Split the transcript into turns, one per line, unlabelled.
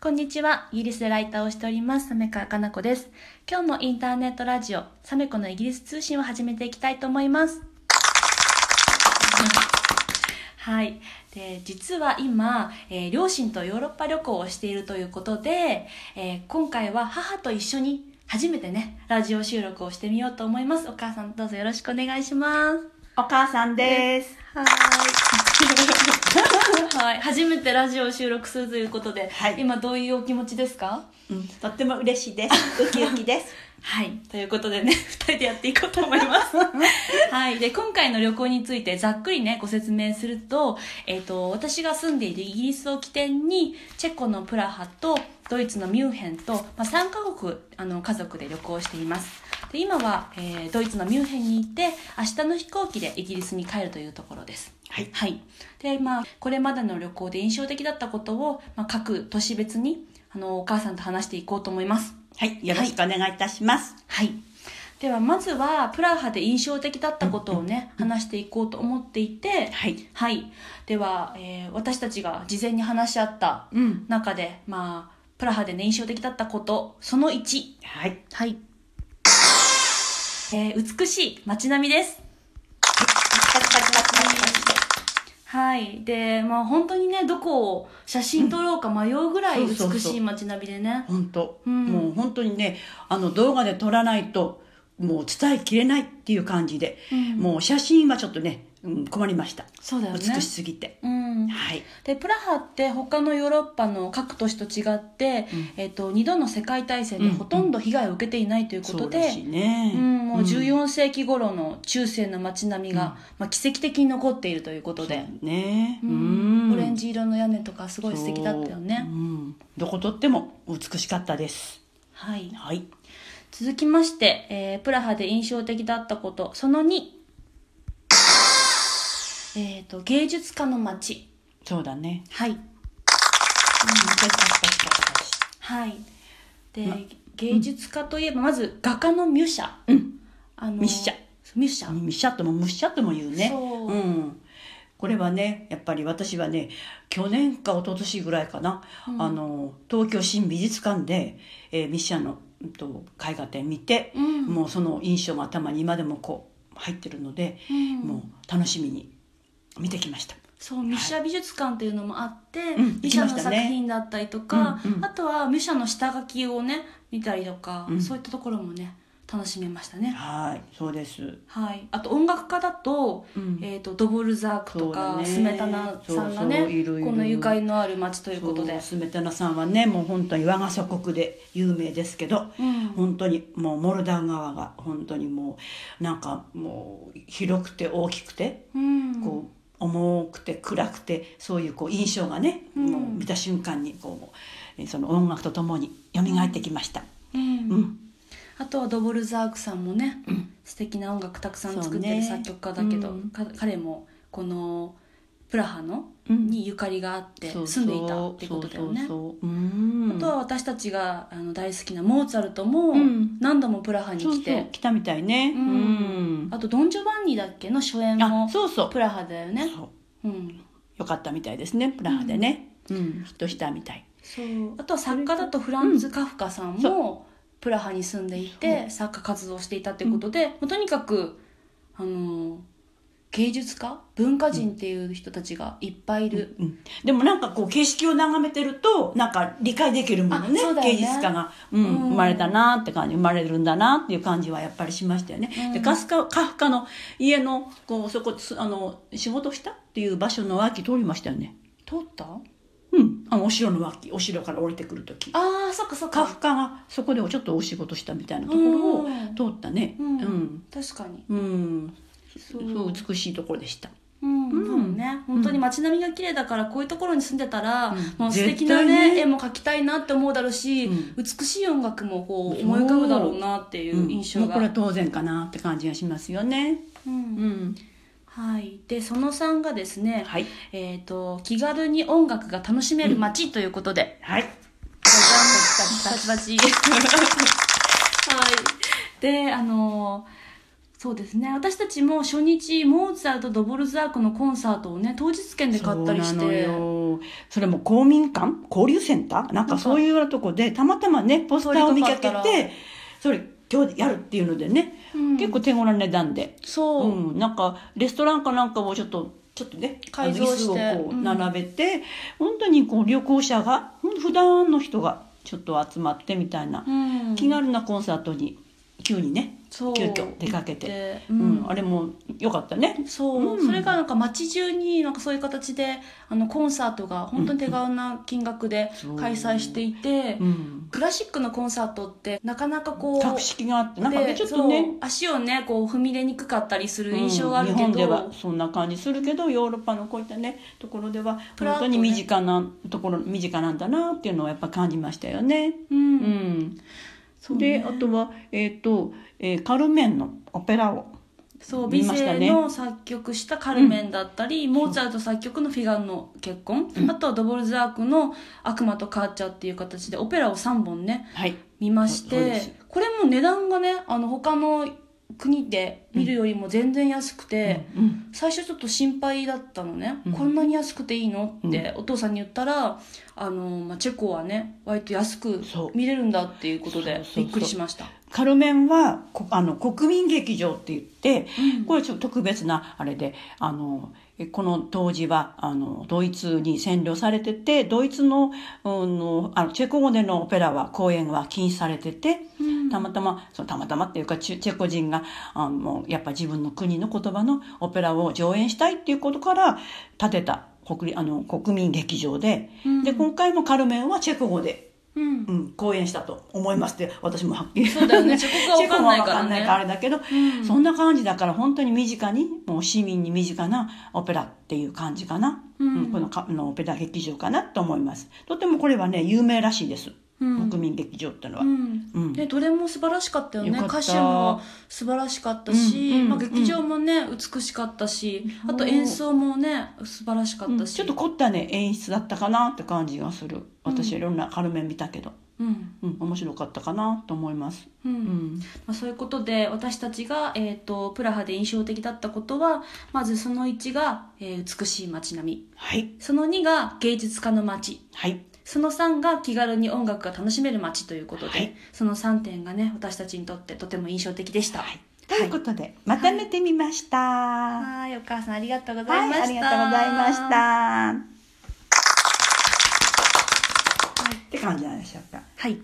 こんにちは。イギリスでライターをしております、サメカかなこです。今日もインターネットラジオ、サメコのイギリス通信を始めていきたいと思います。 はい。で、実は今、えー両親とヨーロッパ旅行をしているということで、えー今回は母と一緒に初めてね、ラジオ収録をしてみようと思います。お母さんどうぞよろしくお願いします。
お母さんです。
はい。はい、初めてラジオを収録するということで、
はい
今どういうお気持ちですか
うん、とっても嬉しいです。 ウキウキです。
はい、ということでね、2人で やっていこうと思い ます。はい、で、今回の旅行についてざっくりね、ご説明すると、えっ、と、私が住んでいるイギリスを起点に、チェコのプラハと、ドイツのミュンヘンと、まあ、3カ国、あの、家族で旅行しています。で、今は、えードイツのミュンヘンに行って、明日の飛行機でイギリスに帰るというところです。
はい。
はい。で、まあ、これまでの旅行で印象的だったことを、まあ、各都市別に、あの、お母さんと話していこうと思います。
はい、よろしくお願いいたします。
はい。では、まずは、プラハで印象的だったことをね、話していこうと思っていて、
はい。
はい。では、えー私たちが事前に話し合った
うん。
中で、まあ、プラハでね、印象的だったこと、その1。
はい。
はい。えー美しい街並みです。
パチパチパチパチパチ
はい。で、まあ本当にね、どこを写真撮ろうか迷うぐらい
うんそうそうそう
美しい街並みでね。
本当、
うん
もう本当にね、あの動画で撮らないと、もう伝えきれないっていう感じで、
うん
もう写真はちょっとね、うん、困りました。
そうだよ
美
ね。
しすぎて。
うん。
はい。
でプラハって他のヨーロッパの各都市と違って、
うん
えっと2度の世界大戦でほとんど被害を受けていないというこ
そ
と
うらしい
で、
ね。
うんもう
うん
14世紀頃の中世の街並みが、
うん
まあ、奇跡的に残っているということで、
そうね。
う
うんん
オレンジ色の屋根とかすごい素敵だったよ
そう
ね、
うん。どこ撮っても美しかったです。
はい、
はい。
続きまして、えープラハで印象的だったことその2えっと芸術家の街
そうだね。
はいはい。で、芸術家といえば、まず画家のミュシャ。
うん
あの
ミッシャ。
ミュシャ。
ミシャッともムッシャッとも言うね
そう
うん、これはねやっぱり私はね去年か一昨年ぐらいかな、
うん
あの東京新美術館で、えーミッシャの、うんと、絵画展見て、
うん
もうその印象が頭に今でもこう入ってるので、
うん
もう楽しみに見てきました。
そう、ミュシャ美術館っていうのもあって、
うん
ミュシャの
行きました
作
ね
品だったりとか、
うんうん
あとはミュシャの下書きをね、見たりとか、
うん
そういったところもね、楽しめましたね。
はいそうです、
はい。あと音楽家だと、
うん
えっ、と、ドボルザークと
そうだ
か、
ね
スメタナさんがね、
そうそういるいる
このゆかりのある街ということで。
そうスメタナさんはねもう本当に我が祖国で有名ですけど、
うん
本当にもうモルダン側が本当にもうなんかもう広くて大きくて、
うん
こう重くて暗くてそういうこう印象がね、
うん
もう見た瞬間にこうえその音楽とともに蘇ってきました。
うん
うん
あとはドボルザークさんもね、素敵な音楽たくさん作ってる作曲家だけど、
そうねうん
か彼もこのプラハの、
うん
にゆかりがあって住んでいたってことだよね。
そうそうそううん
あとは私たちがあの大好きなモーツァルトも
うん
何度もプラハに
そう
来
そ
て
う、来たみたいね。
うんあとドン・ジョバンニだっけの初演
うんあ
も
そうそう
プラハだよね。
そ
う
う
ん、
よかったみたいですねプラハでね。うん、ヒットしたみたい。
そうあとは作家だとフランツ・カフカさんもプラハに住んでいて作家活動をしていたということで、もうとにかくあのー芸術家文化人っていう人たちがいっぱいいる、
うん、でもなんかこう景色を眺めてるとなんか理解できるものね
あそうだよね
芸術家が、うん
うん
生まれたなって感じ生まれるんだなっていう感じはやっぱりしましたよね、
うん
でカスカカフカの家のこうそこすあの仕事したっていう場所の脇通りましたよね
通った
うんあのお城の脇お城から降りてくる時
あーそっかそっ
カ
か
フカがそこでちょっとお仕事したみたいなところを
うん
通ったね
うん、
うん、
確かに
うん
そ
そう美しいところでした
うん、
うん
そうね本当に街並みが綺麗だからこういうところに住んでたら、
うん
もう素敵な
絶対
ね
ね
絵も描きたいなって思うだろうし、
うん
美しい音楽もこう思い浮かぶだろうなっていう印象
うんもう
が、
これは当然かなって感じがしますよね
うん
うん
はい、でその3がですね、
はい
えー、と気軽に音楽が楽しめる街ということで、
は い
バチバチはいであのーそうですね私たちも初日モーツァルトドボルザークのコンサートをね当日券で買ったりして
そうなのよそれも公民館交流センターなんかそういうようなとこでたまたまねポスターを見かけ
通りかかった
てそれ今日やるっていうのでね、
うん
結構手頃な値段で、
そう、
うん、なんかレストランかなんかをちょっとちょっとね
改造して
あの椅子をこ
う
うん並べて、本当にこう旅行者がうん普段の人がちょっと集まってみたいな、
うん
気軽なコンサートに急にね、
そう
急遽出かけて
で
う
うんん
あれも良かったね。
そう、
うん
それがなんか街中になんかそういう形であのコンサートが本当に手軽な金額で
そう
開催していて、
うん、
クラシックのコンサートってなかなかこう
格式があってなんかね
で
ちょっとね
そう足をねこう踏み入れにくかったりする印象があるけ
日
ど、
本ではそんな感じするけどヨーロッパのこういったねところでは
プラ
本
ッ
当
とね
に身近なところ身近なんだなっていうのをやっぱ感じましたよね。
う
うんん、
そう
で、
ね
あとは、えっとえーカルメンのオペラを
そう
見
ビ
ましたね
ゼの作曲した「カルメン」だったり、モーツァルト作曲の「フィガンの結婚」あとはドボルザークの「悪魔とカーチャ」っていう形でオペラを3本ね
はい
見まし
そうです
てこれも値段がねあの他の国で見るよりも全然安くて、
うん
最初ちょっと心配だったのね、
うん
こんなに安くていいのってお父さんに言ったら、あのまあ、チェコはね割と安く
そう
見れるんだっていうことで
そうそうそう
びっくりしました
カルメンはこあの国民劇場って言って、
うん
これちょっと特別なあれであのえこの当時はあのドイツに占領されててドイツの,、うん、のあのチェコ語でのオペラは公演は禁止されてて。
うん
たまたまそのたまたまっていうかチェチェコ人があもうやっぱ自分の国の言葉のオペラを上演したいっていうことから建てた国立あの国民劇場で、
うん
で今回も「カルメン」はチェコ語で、
うん
うん、公演したと思いますって私もはっきり
そうだよ ねチェコ語が分かんないからね
チェコ語が分あれだけど、
うん
そんな感じだから本当に身近にもう市民に身近なオペラっていう感じかな、
うん
このかあのオペラ劇場かなと思いますとてもこれはね有名らしいです、
うん
国民劇場ってのは。
うん
うん
でどれも素晴らしかったよね
よかった
歌手も素晴らしかったし、
うんうん
まあ、劇場もね、美しかったしあと演奏もね素晴らしかったし、
ちょっと凝ったね演出だったかなって感じがする私いろんな軽め見たけど、
うん
うん、面白かったかなと思います、
うん
うん
まあ、そういうことで私たちが、えー、とプラハで印象的だったことはまずその1が、えー美しい街並み
はい
その2が芸術家の街
はい
その3が気軽に音楽が楽しめる街ということで、
はい
その3点がね私たちにとってとても印象的でした。
はいということで、まとめてみました、は
はい、お母さんありがとうご
い、
ざいました。
ありがとうございました、って感じなんでしょうか
はい。